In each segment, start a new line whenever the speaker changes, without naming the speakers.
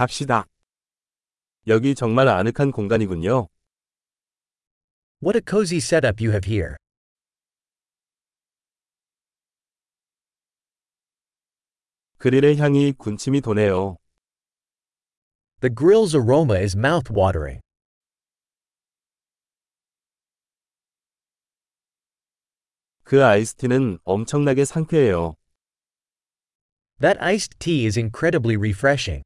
갑시다.
여기 정말 아늑한 공간이군요.
What a cozy setup you have here.
그릴의 향이 군침이 도네요.
The grill's aroma is mouth-watering.
그 아이스티는 엄청나게 상쾌해요.
That iced tea is incredibly refreshing.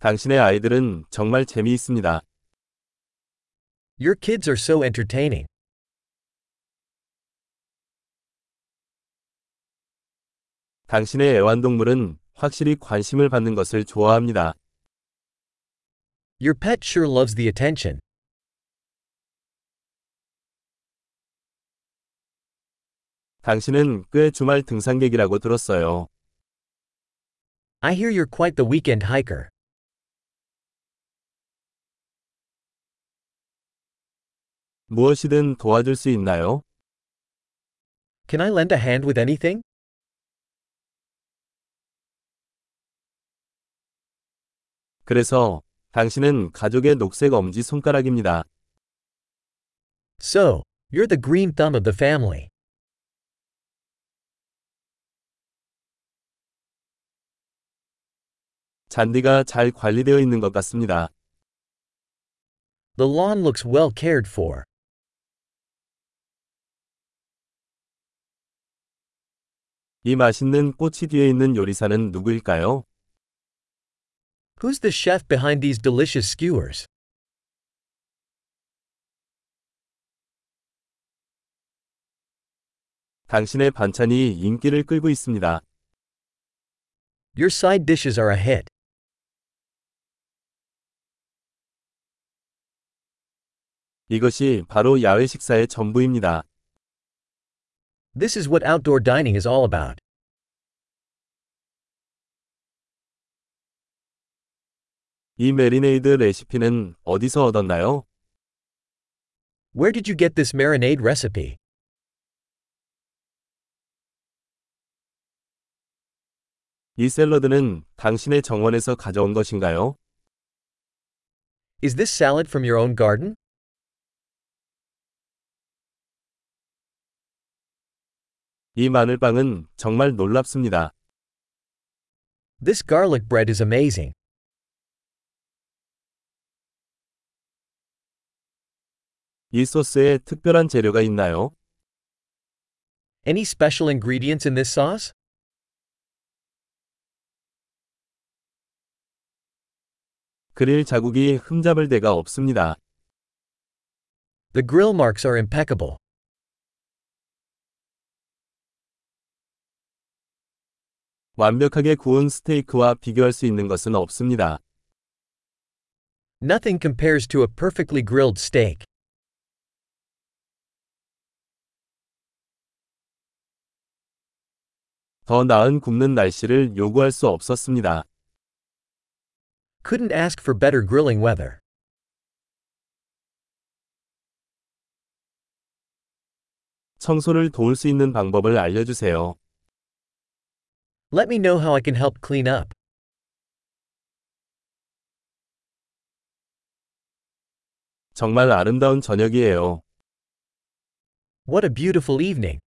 당신의 아이들은 정말 재미있습니다.
Your kids are so entertaining.
당신의 애완동물은 확실히 관심을 받는 것을 좋아합니다.
Your pet sure loves the attention.
당신은 꽤 주말 등산객이라고 들었어요.
I hear you're quite the weekend hiker.
무엇이든 도와줄 수 있나요?
Can I lend a hand with anything?
그래서 당신은 가족의 녹색 엄지 손가락입니다.
So, you're the green thumb of the family.
잔디가 잘 관리되어 있는 것 같습니다.
The lawn looks well cared for.
이 맛있는 꽃이 뒤에 있는 요리사는 누구일까요?
Who's the chef behind these delicious skewers?
당신의 반찬이 인기를 끌고 있습니다.
Your side dishes are a hit.
이것이 바로 야외 식사의 전부입니다.
This is what outdoor dining is all about.
이 메리네이드 레시피는 어디서 얻었나요?
Where did you get this marinade recipe?
이 샐러드는 당신의 정원에서 가져온 것인가요?
Is this salad from your own garden?
이 마늘빵은 정말 놀랍습니다.
This garlic bread is amazing.
이 소스에 특별한 재료가 있나요?
Any special ingredients in this sauce?
그릴 자국이 흠잡을 데가 없습니다.
The grill marks are impeccable.
완벽하게 구운 스테이크와 비교할 수 있는 것은 없습니다.
Nothing compares to a perfectly grilled steak.
더 나은 굽는 날씨를 요구할 수 없었습니다.
Couldn't ask for better grilling weather.
청소를 도울 수 있는 방법을 알려주세요.
Let me know how I can help clean up.
정말 아름다운 저녁이에요.
What a beautiful evening.